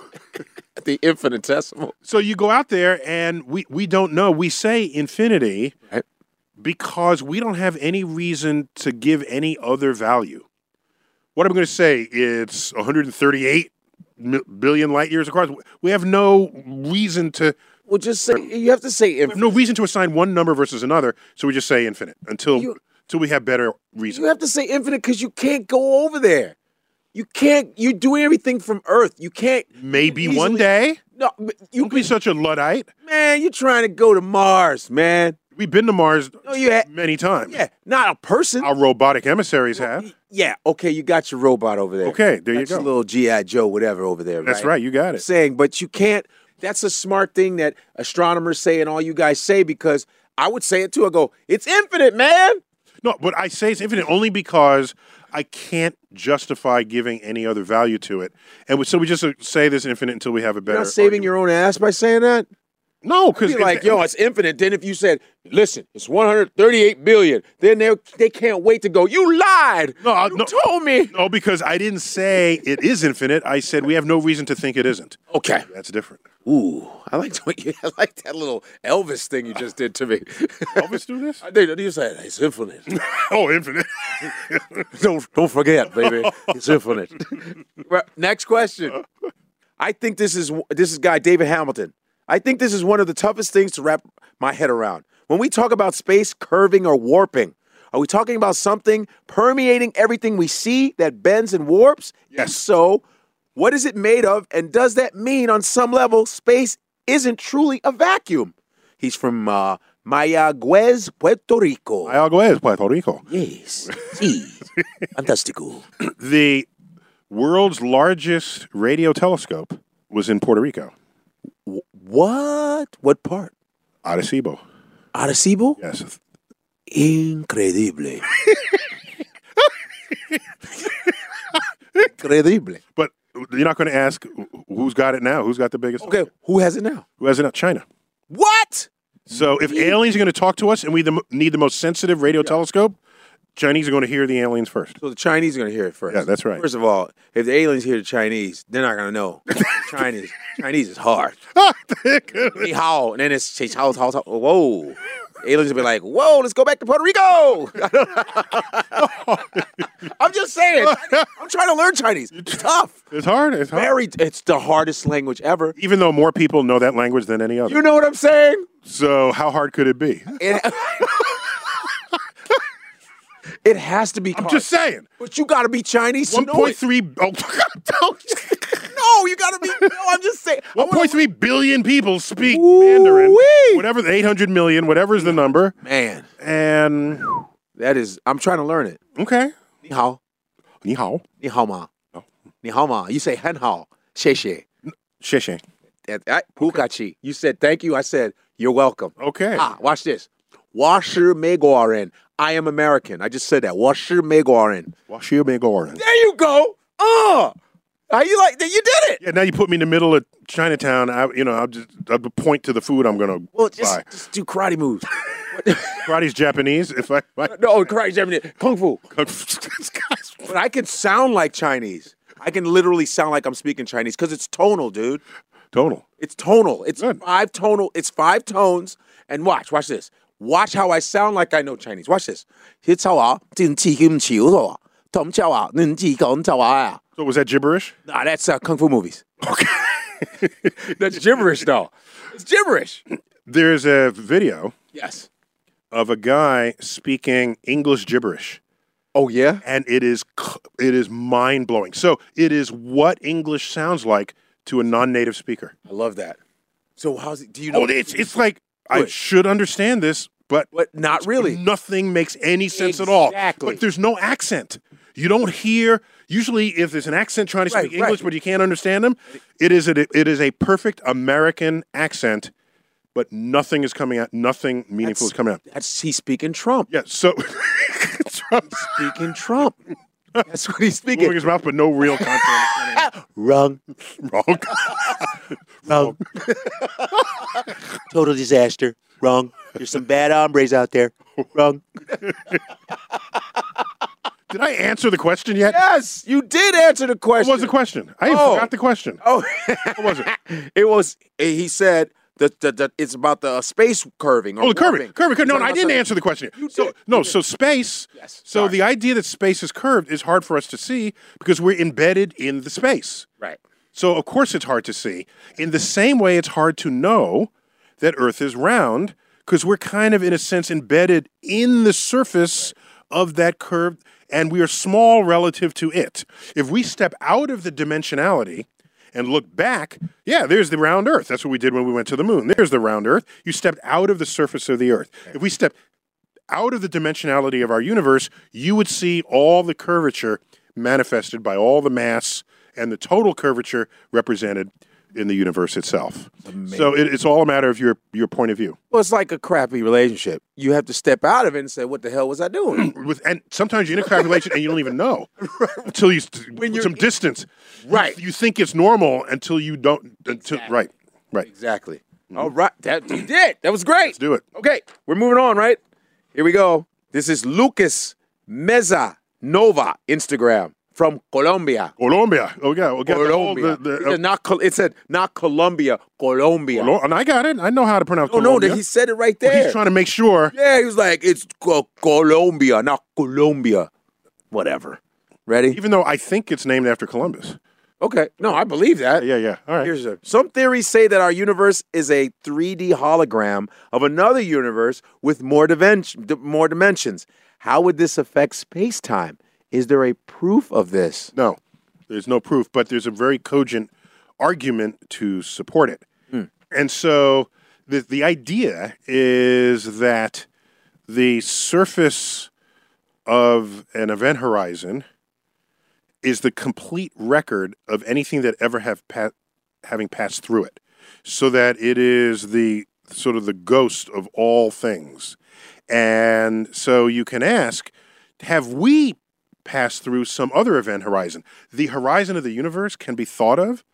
S2: The infinitesimal.
S1: So you go out there and we, we don't know. We say infinity
S2: Right.
S1: because we don't have any reason to give any other value. What I'm going to say, it's 138 mi- billion light years across. We have no reason to
S2: Well, just say you have to say
S1: we
S2: infinite.
S1: have no reason to assign one number versus another. So we just say infinite until
S2: You-
S1: until we have better reason.
S2: You have to say infinite because you can't go over there. You can't. You do everything from Earth. You can't.
S1: Maybe
S2: you
S1: one
S2: easily-
S1: day.
S2: No, but you
S1: Don't be such a luddite.
S2: man. You're trying to go to Mars, man.
S1: We've been to Mars
S2: No, you ha-
S1: many times.
S2: yeah, not a person.
S1: Our robotic emissaries have.
S2: Yeah, okay, you got your robot over there.
S1: Okay, there you
S2: That's
S1: go.
S2: Your little GI Joe, whatever, over there.
S1: That's right. You got
S2: I'm
S1: it.
S2: saying, but you can't. That's a smart thing that astronomers say and all you guys say because I would say it too. I go, it's infinite, man.
S1: No, but I say it's infinite only because I can't justify giving any other value to it. And we- so we just uh, say this infinite until we have a
S2: You're
S1: better.
S2: not saving your own ass by saying that.
S1: No, because
S2: be like, yo, it's infinite. Then if you said, listen, it's 138 billion, then they they can't wait to go. You lied.
S1: No, I-
S2: you
S1: no.
S2: told me.
S1: no, Oh, because I didn't say it is infinite. I said we have no reason to think it isn't.
S2: Okay.
S1: That's different.
S2: Ooh, I like what you, I like that little Elvis thing you just did to me.
S1: Elvis do this?
S2: I did. You said it's infinite.
S1: Oh, infinite.
S2: don't don't forget, baby. It's infinite. Right, Next question. I think this is this is guy David Hamilton. I think this is one of the toughest things to wrap my head around. When we talk about space curving or warping, are we talking about something permeating everything we see that bends and warps? If
S1: Yes.
S2: so, what is it made of, and does that mean on some level space isn't truly a vacuum? He's from uh, Mayagüez, Puerto Rico.
S1: Ayaguez, Puerto Rico.
S2: Yes. Sí. Fantástico.
S1: The world's largest radio telescope was in Puerto Rico,
S2: What? What part?
S1: Arecibo.
S2: Arecibo?
S1: Yes.
S2: Incredible. Incredible.
S1: But you're not going to ask who's got it now? Who's got the biggest?
S2: Okay, who has it now?
S1: Who has it now? China.
S2: What?
S1: So if aliens are going to talk to us and we the, mo- need the most sensitive radio telescope, Chinese are going to hear the aliens first.
S2: So the Chinese are gonna hear it first.
S1: Yeah, that's right.
S2: First of all, if the aliens hear the Chinese, they're not gonna know. Chinese, Chinese is hard. Ni hao, and then it's say hao, hao, hao. Whoa. Aliens will be like, whoa, let's go back to Puerto Rico. I'm just saying. I'm trying to learn Chinese. It's tough.
S1: It's hard. It's hard.
S2: Very. It's the hardest language ever.
S1: Even though more people know that language than any other.
S2: You know what I'm saying?
S1: so how hard could it be?
S2: It, it has to be.
S1: I'm
S2: hard.
S1: just saying.
S2: But you got to be Chinese. to know it.
S1: 1.3 oh, don't-
S2: No, you got to be. No, I'm just saying. I wanna-
S1: 1.3 billion people speak Mandarin.
S2: Ooh-wee.
S1: Whatever the 800 million, whatever is the number.
S2: Man,
S1: And
S2: that is. I'm trying to learn it.
S1: okay.
S2: Ni hao.
S1: Ni hao.
S2: Ni hao ma.
S1: Oh.
S2: Ni hao ma. You say hen hao. She she.
S1: Xie xie.
S2: That, that, Pukachi. You said thank you. I said you're welcome.
S1: Okay.
S2: Ah, watch this. Washer Megoren. I am American. I just said that. Washer Megoren.
S1: Washio Megoran.
S2: There you go. Uh How you like that? You did it.
S1: Yeah, now you put me in the middle of Chinatown. I, you know, I'll just I'll point to the food I'm gonna
S2: Well, just,
S1: buy.
S2: just do karate moves.
S1: Karate's Japanese. If I, if I-
S2: no, karate Japanese. Kung Fu.
S1: This guy's-
S2: But I can sound like Chinese. I can literally sound like I'm speaking Chinese because it's tonal, dude.
S1: tonal.
S2: It's tonal. It's
S1: Good.
S2: five tonal. It's five tones. And watch, watch this. Watch how I sound like I know Chinese. Watch this. It's how I- Jin chi kim chi wo zao ah. Tom chao ah. Nin chi gong chao ah.
S1: So was that gibberish?
S2: Nah, that's uh, kung fu movies.
S1: Okay.
S2: That's gibberish, though. It's gibberish.
S1: There's a video
S2: Yes.
S1: of a guy speaking English gibberish,
S2: Oh yeah.
S1: and it is c- it is mind blowing. So it is what English sounds like to a non-native speaker.
S2: I love that. So how's it? Do you know?
S1: Oh, it's it's like I
S2: Good.
S1: should understand this, but
S2: but not really.
S1: nothing makes any sense at all.
S2: Exactly.
S1: But there's no accent. You don't hear usually if there's an accent trying to
S2: Right,
S1: speak
S2: right.
S1: English, but you can't understand them. It is a, it is a perfect American accent, but nothing is coming out. Nothing meaningful is coming out.
S2: That's he's speaking Trump.
S1: Yeah. So Trump's
S2: Speaking Trump. That's what he's
S1: moving
S2: speaking.
S1: his mouth, but no real content. is coming out.
S2: Wrong.
S1: Wrong.
S2: Wrong. Total disaster. Wrong. There's some bad hombres out there. Wrong.
S1: Did I answer the question yet?
S2: Yes, you did answer the
S1: What
S2: question.
S1: was the question? I even
S2: Oh.
S1: forgot the question.
S2: oh,
S1: What was it?
S2: it was. eh, He said that the, the, it's about the uh, space curving. Or
S1: Oh, the curving,
S2: warping.
S1: curving, curving. No,
S2: You're
S1: no, I
S2: talking
S1: didn't
S2: about
S1: answer the question.
S2: You
S1: so
S2: did.
S1: no, so space.
S2: Yes,
S1: So
S2: sorry.
S1: the idea that space is curved is hard for us to see because we're embedded in the space.
S2: something- Right.
S1: So of course it's hard to see. In the same way, it's hard to know that Earth is round because we're kind of, in a sense, embedded in the surface of that curve, and we are small relative to it. If we step out of the dimensionality and look back, yeah, there's the round Earth. That's what we did when we went to the moon. There's the round Earth. You stepped out of the surface of the Earth. If we step out of the dimensionality of our universe, you would see all the curvature manifested by all the mass and the total curvature represented in the universe itself. So it, it's all a matter of your your point of view.
S2: Well, it's like a crappy relationship. You have to step out of it and say, "What the hell was I doing?"
S1: With and sometimes you're in a calculation and you don't even know until you when
S2: you're
S1: some
S2: in-
S1: distance.
S2: Right.
S1: You, think it's normal until you don't until right. Right.
S2: exactly.
S1: Mm-hmm.
S2: All right, that you did. That was great.
S1: Let's do it.
S2: Okay, we're moving on, right? Here we go. This is Lucas Meza Nova Instagram from Colombia.
S1: Colombia. Oh yeah, we'll get The,
S2: Colombia.
S1: the,
S2: He said not Col- it said not Colombia, Colombia.
S1: Colo- and I got it. I know how to pronounce.
S2: Oh no,
S1: Colombia.
S2: that he said it right
S1: But
S2: there.
S1: he's trying to make sure.
S2: yeah, he was like, it's Co- Colombia, not Colombia. Whatever. Ready?
S1: Even though I think it's named after Columbus.
S2: Okay. No, I believe that.
S1: Yeah, yeah. All right.
S2: Here's a, some theories say that our universe is a 3D hologram of another universe with more, dimension, d- more dimensions. How would this affect space time? Is there a proof of this?
S1: No, there's no proof, but there's a very cogent argument to support it. And so the, the idea is that the surface of an event horizon is the complete record of anything that ever have pa- having passed through it, so that it is the sort of the ghost of all things. And so you can ask, have we passed through some other event horizon? The horizon of the universe can be thought of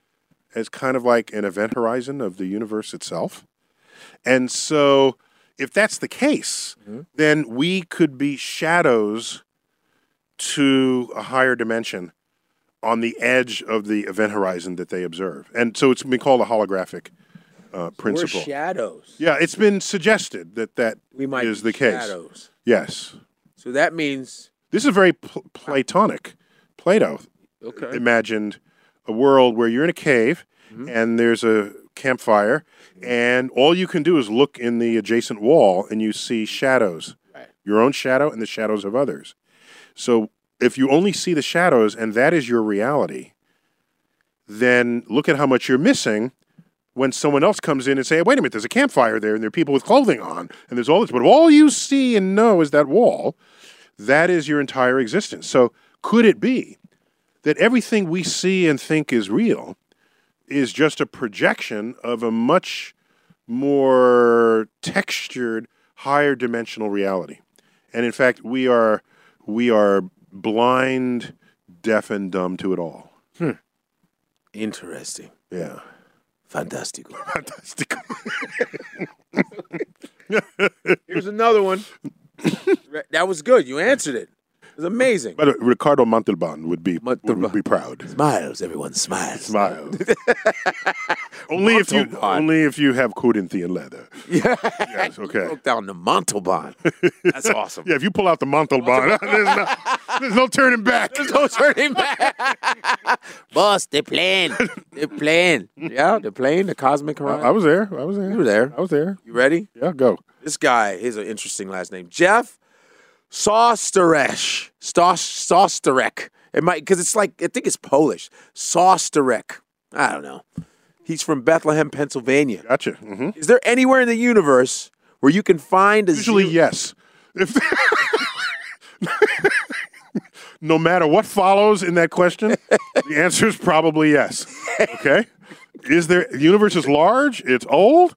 S1: as kind of like an event horizon of the universe itself. And so if that's the case,
S2: Mm-hmm.
S1: then we could be shadows to a higher dimension on the edge of the event horizon that they observe. And so it's been called a holographic uh, principle.
S2: shadows.
S1: yeah, it's been suggested that that is
S2: We might be
S1: the case.
S2: shadows.
S1: Yes.
S2: So that means
S1: This is very pl- Platonic. Plato
S2: okay. Mm-hmm.
S1: imagined a world where you're in a cave and there's a campfire, and all you can do is look in the adjacent wall and you see shadows
S2: Right.
S1: your own shadow and the shadows of others. So if you only see the shadows and that is your reality, then look at how much you're missing when someone else comes in and say, wait a minute, there's a campfire there and there are people with clothing on and there's all this. But if all you see and know is that wall, that is your entire existence. So could it be that everything we see and think is real is just a projection of a much more textured, higher dimensional reality? And in fact, we are we are blind, deaf, and dumb to it all.
S2: Interesting.
S1: Yeah.
S2: Fantastico.
S1: Fantastic.
S2: Here's another one. Re- that was good. You answered it. It was amazing.
S1: But uh, Ricardo Montalban would be would
S2: Montalban.
S1: be proud.
S2: Smiles, everyone smiles.
S1: Smile. only if you
S2: Montalban.
S1: only if you have Corinthian leather. yes. Okay.
S2: Broke down the Montalban. That's awesome.
S1: Yeah. If you pull out the Montalban, there's, no, there's no turning back.
S2: Don't turn him back. Boss, they're playing. They're playing. Yeah, they're playing the Cosmic Horizon.
S1: I was there. I was there.
S2: You were there.
S1: I was there.
S2: You ready?
S1: Yeah. Go.
S2: This guy, here's an interesting last name. Jeff Sosterek. Stos- Sosterek. It might, because it's like, I think it's Polish. Sosterek. I don't know. He's from Bethlehem, Pennsylvania.
S1: Gotcha. hmm
S2: Is there anywhere in the universe where you can find a
S1: Usually,
S2: zero-
S1: yes. If no matter what follows in that question, the answer is probably yes. Okay. Is there the universe is large? It's old,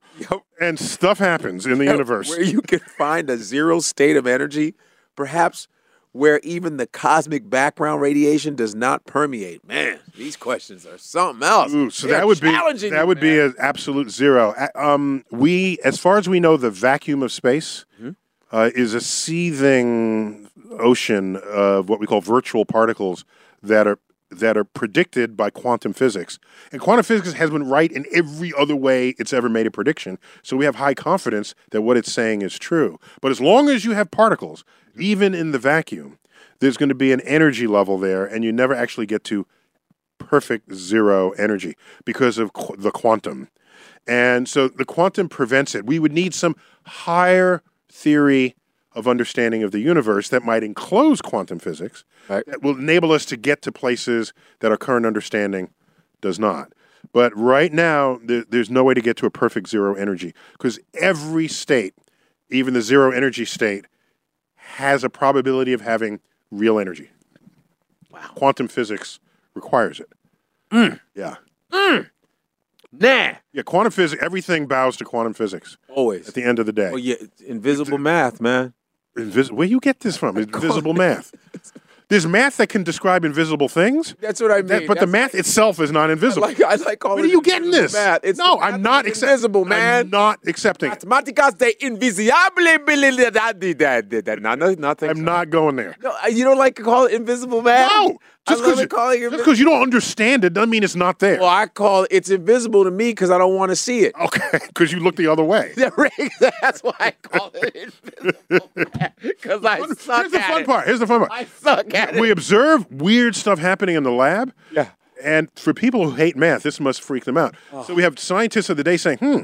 S1: and stuff happens in the universe.
S2: where you can find a zero state of energy, perhaps where even the cosmic background radiation does not permeate. Man, these questions are something else.
S1: Ooh, so
S2: They are
S1: that would be
S2: challenging
S1: that
S2: you,
S1: would be
S2: man.
S1: an absolute zero. A- Um, we, as far as we know, the vacuum of space
S2: Mm-hmm.
S1: uh, is a seething ocean of what we call virtual particles that are that are predicted by quantum physics. And quantum physics has been right in every other way it's ever made a prediction. So we have high confidence that what it's saying is true. But as long as you have particles,
S2: Mm-hmm.
S1: even in the vacuum, there's going to be an energy level there, and you never actually get to perfect zero energy because of qu- the quantum. And so the quantum prevents it. We would need some higher theory of understanding of the universe that might enclose quantum physics
S2: Right.
S1: that will enable us to get to places that our current understanding does not. But right now, there, there's no way to get to a perfect zero energy because every state, even the zero energy state, has a probability of having real energy. Wow. Quantum physics requires it. Yeah.
S2: Hmm. nah.
S1: Yeah, quantum physics, everything bows to quantum physics
S2: Always.
S1: at the end of the day.
S2: Oh yeah, invisible math, man.
S1: Invis- where you get this from? Invisible math.
S5: There's math that can describe invisible things.
S2: That's what I mean.
S5: That- but the
S2: That's-
S5: math itself is not
S2: I
S5: invisible.
S2: like I like calling.
S5: Where are
S2: it
S5: you getting
S2: invisible
S5: this?
S2: Math. It's
S5: no,
S2: the
S5: I'm
S2: math
S5: not
S2: that's
S5: accepting.
S2: invisible, man.
S5: I'm not accepting. it.
S2: Mathematicas de invisible. No, no, nothing.
S5: I'm not going there.
S2: No, uh, you don't like to call it invisible math.
S5: No, just
S2: I love
S5: because
S2: it calling it.
S5: you, don't understand it doesn't mean it's not there.
S2: Well, I call it's invisible to me because I don't want to see it.
S5: okay, because you look the other way.
S2: That's why I call it invisible math because I suck
S5: Here's the
S2: at
S5: fun
S2: it.
S5: part. Here's the fun part.
S2: I suck at
S5: we
S2: it.
S5: observe weird stuff happening in the lab.
S2: Yeah. Oh.
S5: And for people who hate math, this must freak them out. So we have scientists of the day saying, hmm,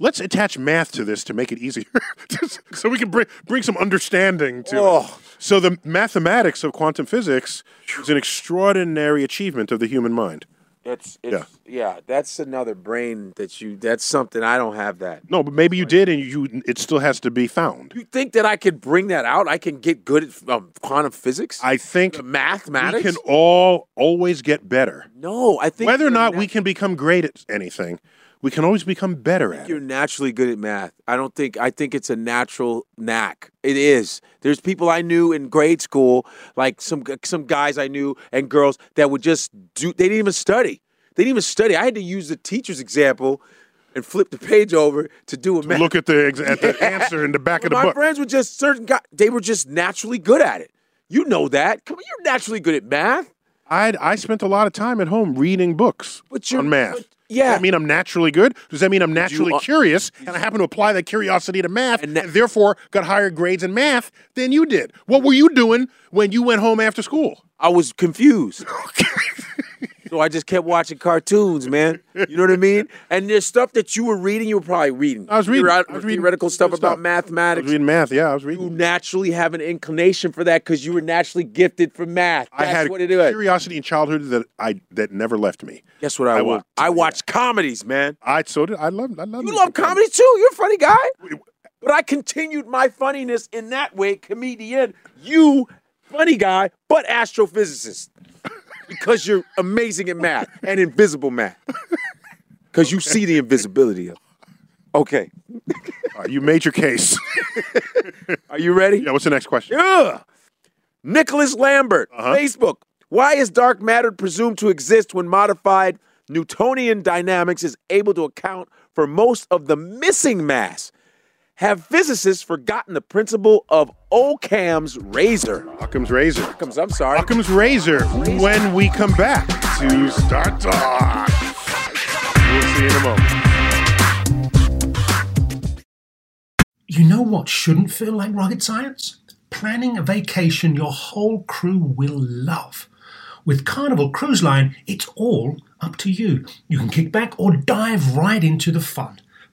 S5: let's attach math to this to make it easier. Just so we can bring, bring some understanding to it.
S2: Oh.
S5: So the mathematics of quantum physics is an extraordinary achievement of the human mind.
S2: It's, it's yeah. That's another brain that you. That's something I don't have that.
S5: No, but maybe you did and you it still has to be found.
S2: You think that I could bring that out? I can get good at um, quantum physics,
S5: I think
S2: The
S5: we
S2: mathematics.
S5: can all always get better.
S2: no, I think
S5: Whether or
S2: you're
S5: not we
S2: nat-
S5: can become great at anything, we can always become better at
S2: You're
S5: it.
S2: naturally good at math. I don't think. I think it's a natural knack. It is. There's people I knew in grade school, like some some guys I knew and girls that would just do. They didn't even study. They didn't even study. I had to use the teacher's example and flip the page over to do a math.
S5: Look at the ex- at the answer in the back of the
S2: my
S5: book.
S2: friends were just certain guys. They were just naturally good at it. You know that. Come on, you're naturally good at math.
S5: I I spent a lot of time at home reading books
S2: But you're-
S5: on math.
S2: but- yeah.
S5: Does that mean I'm naturally good? Does that mean I'm naturally
S2: uh,
S5: curious and I happen to apply that curiosity to math and,
S2: And that-
S5: therefore got higher grades in math than you did? What were you doing when you went home after school?
S2: I was confused. so I just kept watching cartoons, man. You know what I mean? And there's stuff that you were reading, you were probably reading.
S5: I was reading-
S2: Theoret-
S5: I was reading
S2: theoretical stuff
S5: good
S2: about
S5: stuff. I was
S2: mathematics.
S5: reading math. Yeah, I was
S2: You
S5: reading.
S2: naturally have an inclination for that because you were naturally gifted for math. That's
S5: I had
S2: what it is.
S5: curiosity in childhood that I that never left me.
S2: Guess what I,
S5: I
S2: was?
S5: want to
S2: I
S5: do that.
S2: watched comedies, man.
S5: I so did I love I love
S2: You love comedy too. You're a funny guy. But I continued my funniness in that way, comedian. You, funny guy, but astrophysicist. Because you're amazing at math and invisible math. Because you see the invisibility of. Okay.
S5: All right, you made your case.
S2: Are you ready?
S5: yeah, what's the next question?
S2: Ugh. Nicholas Lambert,
S5: Uh-huh.
S2: Facebook. Why is dark matter presumed to exist when modified Newtonian dynamics is able to account for most of the missing mass? Have physicists forgotten the principle of Occam's razor?
S5: Occam's razor.
S2: Occam's, I'm sorry.
S5: Occam's razor. When we come back to start talk, we'll see you in a moment.
S4: You know what shouldn't feel like rocket science? Planning a vacation your whole crew will love. With Carnival Cruise Line, it's all up to you. You can kick back or dive right into the fun.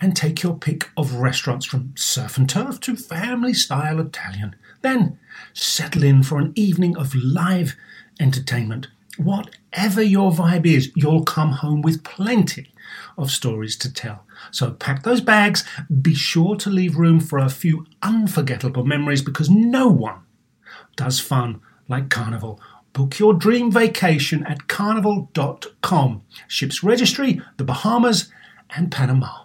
S4: and take your pick of restaurants from surf and turf to family style Italian. Then settle in for an evening of live entertainment. Whatever your vibe is, you'll come home with plenty of stories to tell. So pack those bags, be sure to leave room for a few unforgettable memories because no one does fun like Carnival. Book your dream vacation at carnival.com. Ships registry, the Bahamas, and Panama.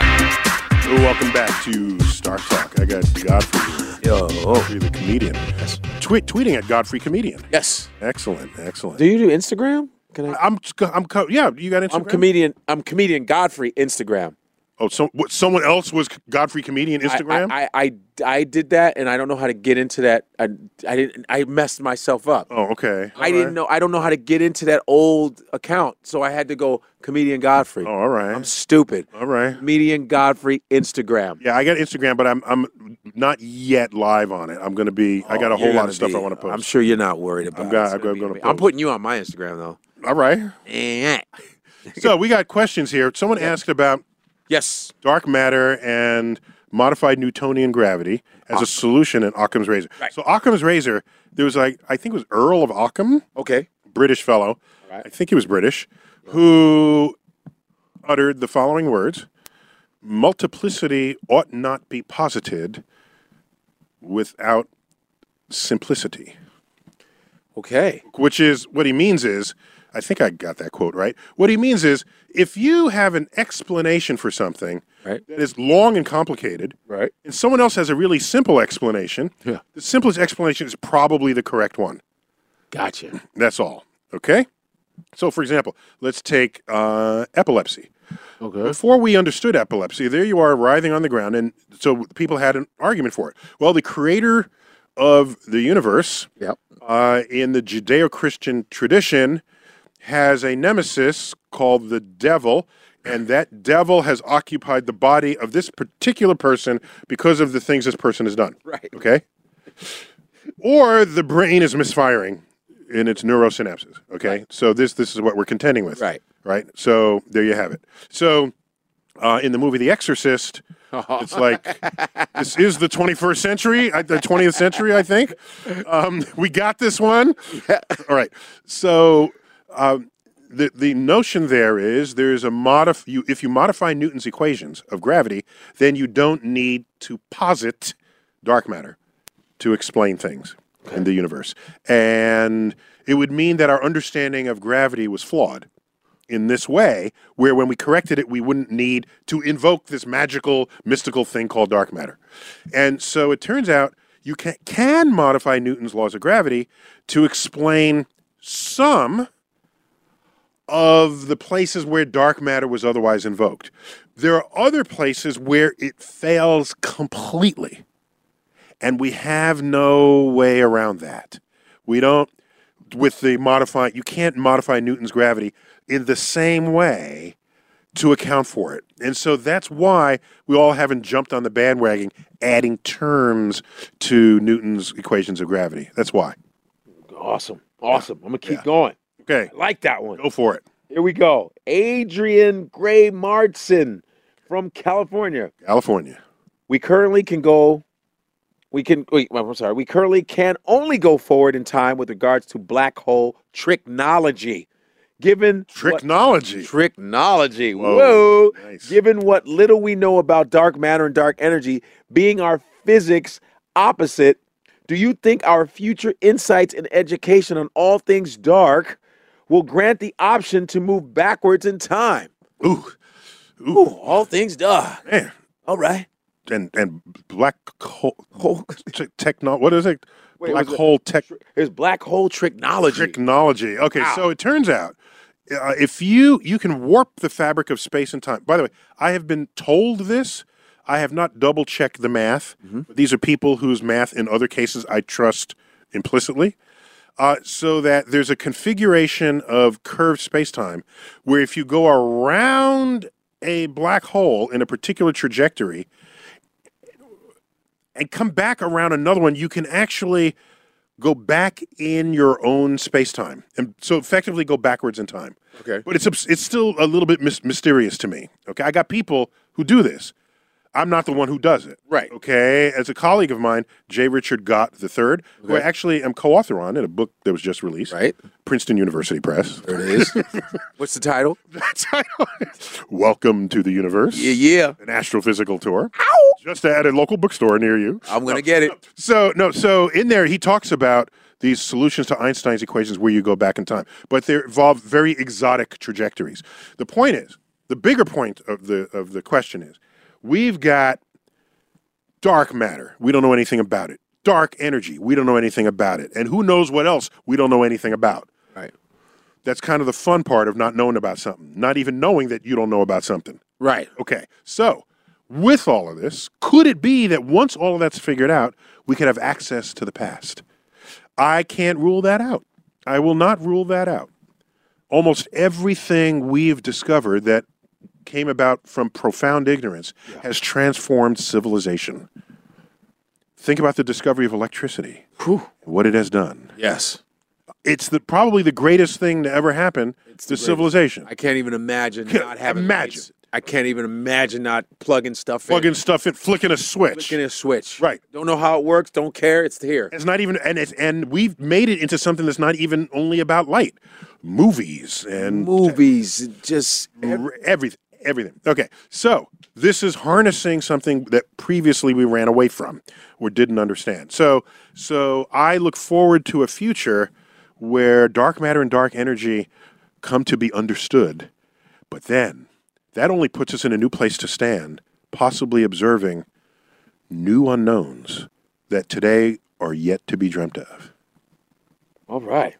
S5: Welcome back to Star Talk. I got Godfrey,
S2: Yo.
S5: Godfrey the comedian. Tweet, tweeting at Godfrey comedian.
S2: Yes.
S5: Excellent, excellent.
S2: Do you do Instagram? Can I?
S5: I'm, I'm, co- yeah. You got Instagram.
S2: I'm comedian. I'm comedian Godfrey Instagram.
S5: Oh, so what, someone else was Godfrey comedian
S2: I-
S5: Instagram.
S2: I, I, I I did that, and I don't know how to get into that. I I didn't. I messed myself up.
S5: oh, okay.
S2: I didn't know. I don't know how to get into that old account, so I had to go comedian Godfrey.
S5: Oh, all right.
S2: I'm stupid.
S5: all right.
S2: Comedian Godfrey Instagram.
S5: Yeah, I got Instagram, but I'm I'm not yet live on it. I'm gonna be. I got a
S2: Oh, You're
S5: whole lot
S2: gonna
S5: of stuff I
S2: be-
S5: want to post.
S2: I'm sure you're not worried about. it.
S5: gonna-
S2: It's
S5: I'm
S2: gonna be
S5: gonna
S2: amazing.
S5: post.
S2: I'm putting you on my Instagram though.
S5: All right.
S2: Eh.
S5: So we got questions here. Someone asked about
S2: Yes.
S5: dark matter and modified Newtonian gravity as a solution in Occam's razor.
S2: Right.
S5: So Occam's razor, there was like I think it was Earl of Occam,
S2: Okay.
S5: British fellow.
S2: All right.
S5: I think he was British, who uttered the following words: "Multiplicity ought not be posited without simplicity."
S2: Okay.
S5: which is what he means is I think I got that quote right. What he means is if you have an explanation for something
S2: Right.
S5: that is long and complicated,
S2: Right.
S5: and someone else has a really simple explanation,
S2: Yeah.
S5: the simplest explanation is probably the correct one.
S2: Gotcha.
S5: That's all. Okay? So, for example, let's take uh, epilepsy.
S2: Okay.
S5: Before we understood epilepsy, there you are writhing on the ground, and so people had an argument for it. Well, the creator of the universe,
S2: Yep.
S5: uh, in the Judeo Christian tradition has a nemesis called the devil, and that devil has occupied the body of this particular person because of the things this person has done.
S2: Right.
S5: Okay? Or the brain is misfiring in its neurosynapses. Okay? So this this is what we're contending with.
S2: Right.
S5: Right? So there you have it. So uh, in the movie The Exorcist, it's like this is the 21st century, I- the 20th century, I think. Um, we got this one. All right. So um, the the notion there is there is a modif you if you modify Newton's equations of gravity, then you don't need to posit dark matter to explain things in the universe, and it would mean that our understanding of gravity was flawed in this way, where when we corrected it, we wouldn't need to invoke this magical, mystical thing called dark matter. And so it turns out you can, can modify Newton's laws of gravity to explain some of the places where dark matter was otherwise invoked. There are other places where it fails completely. And we have no way around that. We don't, with the modify, you can't modify Newton's gravity in the same way to account for it. And so that's why we all haven't jumped on the bandwagon adding terms to Newton's equations of gravity. That's why.
S2: Awesome. Awesome. I'm gonna keep going.
S5: Okay,
S2: I like that one.
S5: go for it.
S2: Here we go. Adrian Gray Martson from California.
S5: California.
S2: We currently can go. We can. Wait, well, I'm sorry. We currently can only go forward in time with regards to black hole tricknology, given what-
S5: Tricknology.
S2: Tricknology.
S5: Whoa.
S2: Whoa.
S5: Nice.
S2: Given what little we know about dark matter and dark energy being our physics opposite, do you think our future insights and education on all things dark will grant the option to move backwards in time?
S5: Ooh,
S2: Ooh, all things dark.
S5: man.
S2: All right.
S5: And and black hole
S2: Hole-
S5: t- techno. What is it?
S2: Wait,
S5: black
S2: was it-
S5: hole tech.
S2: There's black hole tricknology.
S5: Technology. Okay,
S2: Wow.
S5: so it turns out uh, if you you can warp the fabric of space and time. By the way, I have been told this. I have not double checked the math. But these are people whose math, in other cases, I trust implicitly. Uh, so that there's a configuration of curved space time where if you go around a black hole in a particular trajectory, and come back around another one, you can actually go back in your own space time, and so effectively go backwards in time.
S2: Okay.
S5: but it's obs- it's still a little bit mys- mysterious to me. Okay, I got people who do this. I'm not the one who does it.
S2: Right.
S5: Okay. As a colleague of mine, J. Richard Gott III, who I actually am co-author on in a book that was just released.
S2: Right.
S5: Princeton University Press.
S2: There it is. What's the title?
S5: Welcome to the universe.
S2: Yeah, yeah.
S5: An astrophysical tour. Just at a local bookstore near you.
S2: I'm gonna get it.
S5: So no, so in there he talks about these solutions to Einstein's equations where you go back in time, but they involve very exotic trajectories. The point is, the bigger point of the of the question is, we've got dark matter. We don't know anything about it. Dark energy. We don't know anything about it. And who knows what else we don't know anything about.
S2: Right.
S5: That's kind of the fun part of not knowing about something, not even knowing that you don't know about something.
S2: Right.
S5: Okay, so with all of this, could it be that once all of that's figured out, we could have access to the past? I can't rule that out. I will not rule that out. Almost everything we've discovered that came about from profound ignorance has transformed civilization. Think about the discovery of electricity, what it has done.
S2: Yes.
S5: It's the, probably the greatest thing to ever happen to civilization.
S2: I can't even imagine not having
S5: imagine.
S2: lights. I can't even imagine not plugging stuff in.
S5: Plugging stuff in, flicking a switch.
S2: Flicking a switch.
S5: Right.
S2: Don't know how it works. Don't care. It's here.
S5: It's not even, and it's, and we've made it into something that's not even only about light, movies and
S2: Movies. Just
S5: r- everything, everything. Okay, so this is harnessing something that previously we ran away from or didn't understand. So, so I look forward to a future where dark matter and dark energy come to be understood, but then that only puts us in a new place to stand, possibly observing new unknowns that today are yet to be dreamt of.
S2: all right.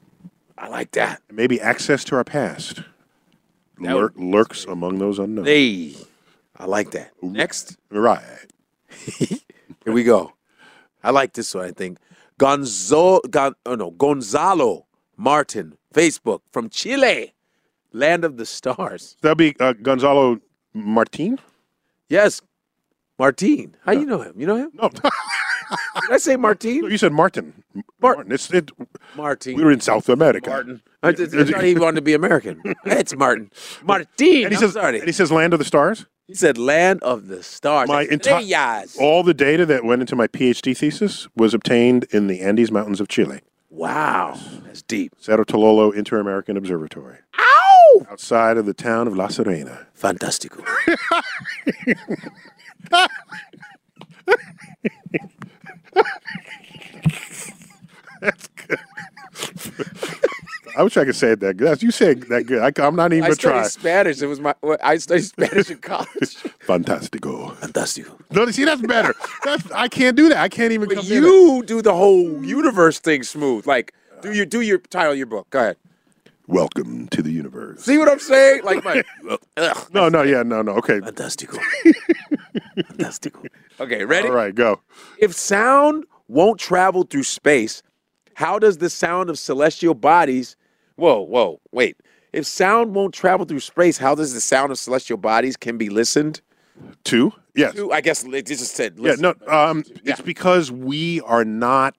S2: I like that.
S5: maybe access to our past lur- lurks among those unknowns.
S2: Hey. I like that. Next.
S5: right.
S2: Here we go. I like this one. I think Gonzo, Gon, oh no, Gonzalo Martin, Facebook from Chile, land of the stars.
S5: That'll be uh, Gonzalo Martin.
S2: Yes, Martin. How you know him? You know him?
S5: No,
S2: Did I say Martin?
S5: you said Martin. Martin. It's, it,
S2: Martin.
S5: we were in South America.
S2: Martin. I, just, I thought he wanted to be American. It's Martin. Martin.
S5: And he
S2: I'm
S5: says,
S2: sorry.
S5: and he says, "Land of the Stars."
S2: He said, "Land of the stars."
S5: My Oh. entire
S2: Estrellas.
S5: all the data that went into my PhD thesis was obtained in the Andes Mountains of Chile,
S2: Wow, that's deep.
S5: Cerro Tololo Inter-American Observatory,
S2: Ow!
S5: outside of the town of La Serena.
S2: Fantastico.
S5: I wish I could say it that good. You say it that good. I, am not even
S2: I
S5: gonna
S2: studied
S5: try.
S2: Spanish. It was my. I studied Spanish in college.
S5: Fantastico.
S2: Fantastico.
S5: No, see, that's better. That's I can't do that. I can't even. come near that.
S2: you do the whole universe thing smooth. Like, do you do your title your book? Go ahead.
S5: Welcome to the universe.
S2: See what I'm saying? Like, my, ugh,
S5: No, no, yeah, no, no. Okay.
S2: fantastico, fantastico. Okay, ready?
S5: All right, go.
S2: If sound won't travel through space, how does the sound of celestial bodies? Whoa, whoa, wait. If sound won't travel through space, how does the sound of celestial bodies can be listened
S5: Two? Yes.
S2: to? I guess they just said.
S5: Yeah,
S2: Listen.
S5: no, um,
S2: Yeah.
S5: it's because we are not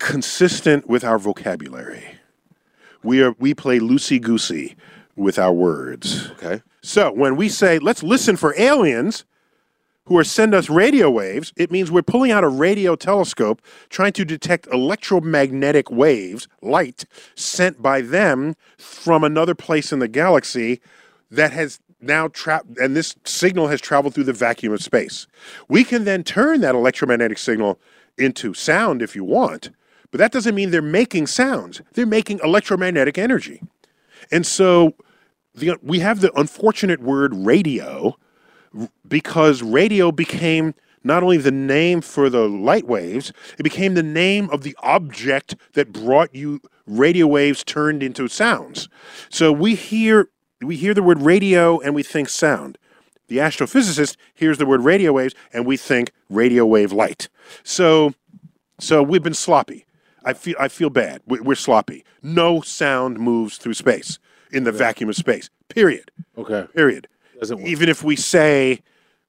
S5: consistent with our vocabulary. We are we play loosey goosey with our words.
S2: Okay.
S5: So when we say let's listen for aliens who are send us radio waves, it means we're pulling out a radio telescope trying to detect electromagnetic waves, light sent by them from another place in the galaxy that has now trapped and this signal has traveled through the vacuum of space. We can then turn that electromagnetic signal into sound if you want, but that doesn't mean they're making sounds. They're making electromagnetic energy. And so the, we have the unfortunate word radio r- because radio became not only the name for the light waves, it became the name of the object that brought you radio waves turned into sounds. So we hear we hear the word radio and we think sound. The astrophysicist hears the word radio waves and we think radio wave light. So so we've been sloppy. I feel I feel bad. We- We're sloppy. No sound moves through space in the vacuum of space. Period.
S2: Okay.
S5: Period.
S2: Doesn't work.
S5: Even if we say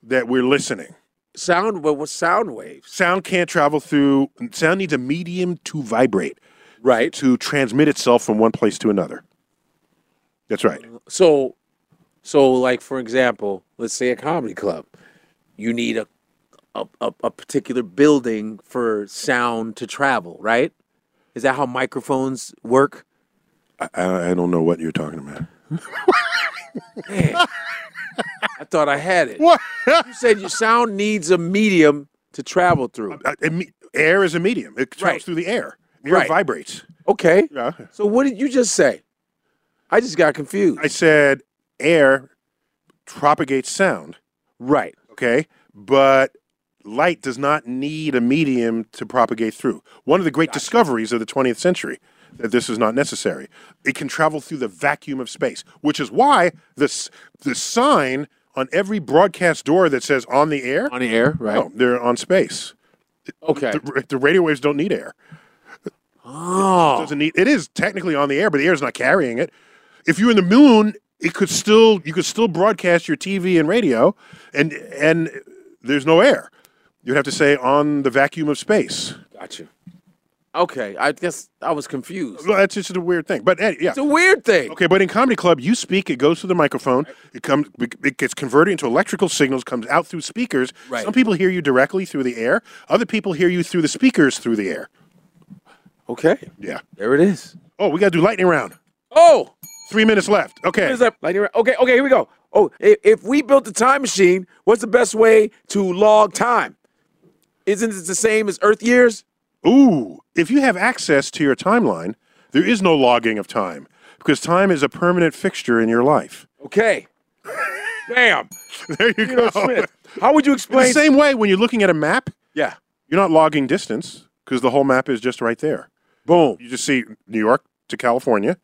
S5: that we're listening,
S2: Sound wa- was sound waves.
S5: Sound can't travel through, sound needs a medium to vibrate,
S2: Right.
S5: to transmit itself from one place to another. That's right.
S2: So, so like for example, let's say a comedy club, you need a a, a, a particular building for sound to travel. Right? Is that how microphones work?
S5: I, I I don't know what you're talking about.
S2: I thought I had it. What? you said your sound needs a medium to travel through.
S5: Uh, it me- air is a medium, it travels
S2: Right.
S5: through the air. Air
S2: Right.
S5: vibrates.
S2: Okay.
S5: Yeah.
S2: So what did you just say? I just got confused.
S5: I said air propagates sound,
S2: right.
S5: okay? But light does not need a medium to propagate through. One of the great discoveries of the 20th century that this is not necessary. It can travel through the vacuum of space, which is why this the sign on every broadcast door that says on the air,
S2: On the air, right?
S5: no, they're on space.
S2: Okay.
S5: The, the radio waves don't need air.
S2: Oh.
S5: doesn't need it is technically on the air, but the air's not carrying it. If you're in the moon, it could still you could still broadcast your TV and radio and and there's no air. You'd have to say on the vacuum of space.
S2: Gotcha. Okay, I guess I was confused.
S5: Well, that's just a weird thing. But eh, yeah.
S2: It's a weird thing.
S5: Okay, but in comedy club, you speak, it goes to the microphone, it comes it gets converted into electrical signals, comes out through speakers.
S2: Right.
S5: Some people hear you directly through the air, other people hear you through the speakers through the air.
S2: Okay,
S5: Yeah.
S2: there it is.
S5: Oh, we got to do lightning round.
S2: Oh,
S5: 3 minutes left. Okay.
S2: what is that? Lightning round. Okay, okay, here we go. Oh, if, if we built a time machine, what's the best way to log time? Isn't it the same as Earth years?
S5: Ooh, if you have access to your timeline, there is no logging of time because time is a permanent fixture in your life.
S2: Okay. Bam.
S5: There you
S2: Elon
S5: go.
S2: Smith. How would you
S5: The
S2: explain?
S5: same way when you're looking at a map,
S2: Yeah.
S5: you're not logging distance because the whole map is just right there.
S2: Boom.
S5: You just see New York to California,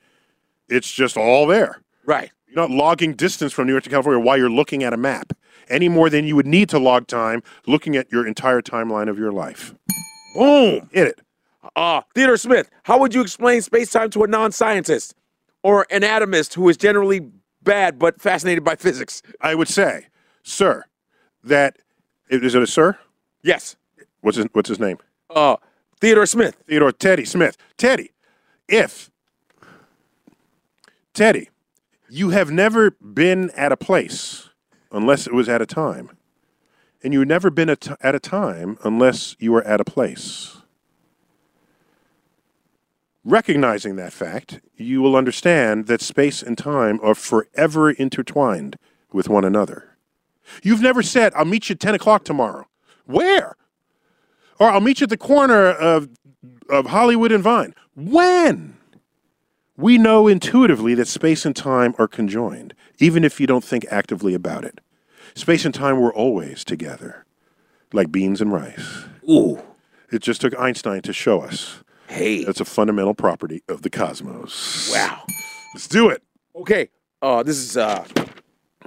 S5: it's just all there.
S2: Right.
S5: You're not logging distance from New York to California while you're looking at a map any more than you would need to log time looking at your entire timeline of your life.
S2: Boom.
S5: Hit it.
S2: Uh, Theodore Smith, how would you explain space time to a non scientist or an atomist who is generally bad but fascinated by physics?
S5: I would say, sir, that is it a sir?
S2: Yes.
S5: What's his, what's his name?
S2: Uh, Theodore Smith.
S5: Theodore Teddy Smith. Teddy, if Teddy, you have never been at a place unless it was at a time, and you've never been at, at a time unless you were at a place. Recognizing that fact, you will understand that space and time are forever intertwined with one another. You've never said, I'll meet you 10 o'clock tomorrow. Where? Or I'll meet you at the corner of of Hollywood and Vine. When? We know intuitively that space and time are conjoined, even if you don't think actively about it. Space and time were always together, like beans and rice.
S2: Ooh.
S5: It just took Einstein to show us
S2: Hey.
S5: that's a fundamental property of the cosmos.
S2: Wow.
S5: Let's do it.
S2: Okay. Uh, this is uh,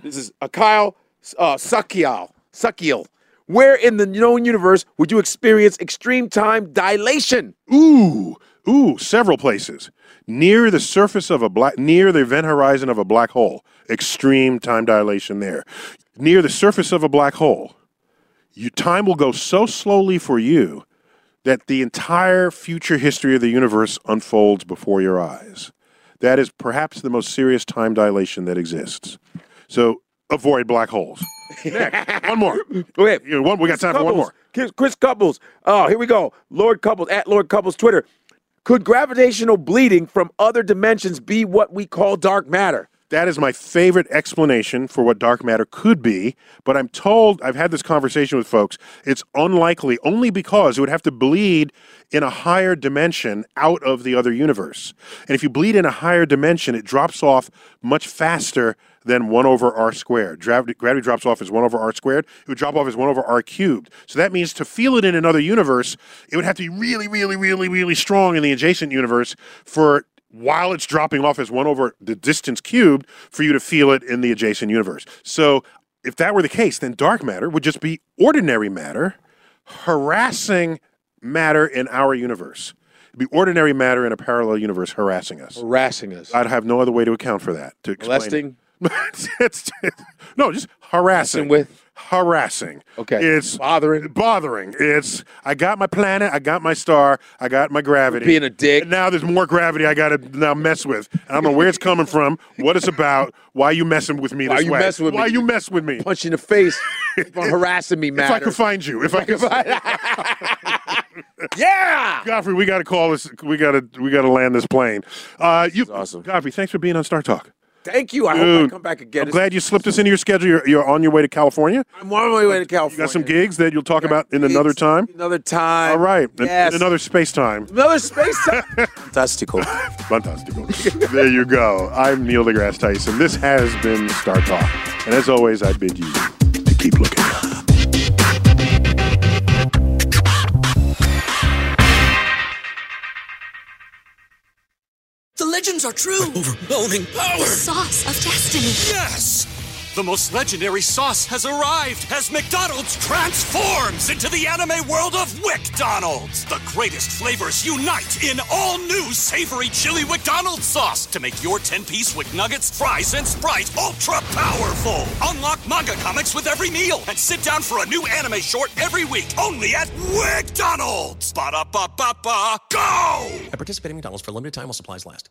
S2: this is uh, Kyle uh, Sakiel. Sakiel. Where in the known universe would you experience extreme time dilation?
S5: Ooh, ooh, several places. Near the surface of a black, near the event horizon of a black hole, extreme time dilation there. Near the surface of a black hole, your time will go so slowly for you that the entire future history of the universe unfolds before your eyes. That is perhaps the most serious time dilation that exists. So avoid black holes. Next, one more.
S2: Okay.
S5: You know, one, we got time for one more.
S2: Chris- Chris Couples. Oh, here we go. Lord Couples at Lord Couples Twitter. Could gravitational bleeding from other dimensions be what we call dark matter?
S5: That is my favorite explanation for what dark matter could be, but I'm told I've had this conversation with folks. It's unlikely only because it would have to bleed in a higher dimension out of the other universe. And if you bleed in a higher dimension, it drops off much faster than 1 over r squared. Gravity, gravity drops off as 1 over r squared. It would drop off as 1 over r cubed. So that means to feel it in another universe, it would have to be really, really, really, really strong in the adjacent universe for while it's dropping off as one over the distance cubed for you to feel it in the adjacent universe. So if that were the case, then dark matter would just be ordinary matter harassing matter in our universe. It'd be ordinary matter in a parallel universe harassing us.
S2: Harassing us.
S5: I'd have no other way to account for that. To explain it.
S2: Oh. Molesting?
S5: It's- it's- no, just harassing.
S6: Messing with?
S5: harassing.
S6: Okay.
S5: It's
S6: bothering,
S5: bothering. It's I got my planet, I got my star, I got my gravity.
S6: being a dick.
S5: and now there's more gravity I got to now mess with. And I don't know where it's coming from, what it's about, why you messing with me
S6: Why
S5: this
S6: you
S5: way.
S6: messing with
S5: why
S6: me?
S5: you mess with me?
S6: punch you in the face for harassing me,
S5: If I
S6: man.
S5: could find you, if I could
S6: yeah.
S5: Godfrey, we got to call this. We got to we got to land this plane. Uh, you,
S6: awesome.
S5: Godfrey, thanks for being on Star Talk.
S2: Thank you. I hope
S5: Dude,
S2: I come back again.
S5: I'm glad you slipped this into your schedule. You're, you're on your way to California.
S2: I'm on my way to California.
S5: You got some gigs that you'll talk about in
S2: Gigs,
S5: another time.
S2: Another time.
S5: All right, in-
S2: Yes.
S5: in another space time.
S2: Another space time. Fantastical.
S5: Fantastical. there you go. I'm Neil deGrasse Tyson. This has been Star Talk. And as always, I bid you to keep looking up.
S7: The legends are true.
S8: Overwhelming power!
S7: Sauce of destiny.
S8: Yes! The most legendary sauce has arrived as McDonald's transforms into the anime world of WickDonald's. The greatest flavors unite in all new savory chili McDonald's sauce to make your 10-piece Wick Nuggets, fries, and Sprite ultra-powerful. Unlock manga comics with every meal and sit down for a new anime short every week only at WickDonald's. Ba-da-ba-ba-ba, go!
S9: At participating McDonald's for a limited time while supplies last.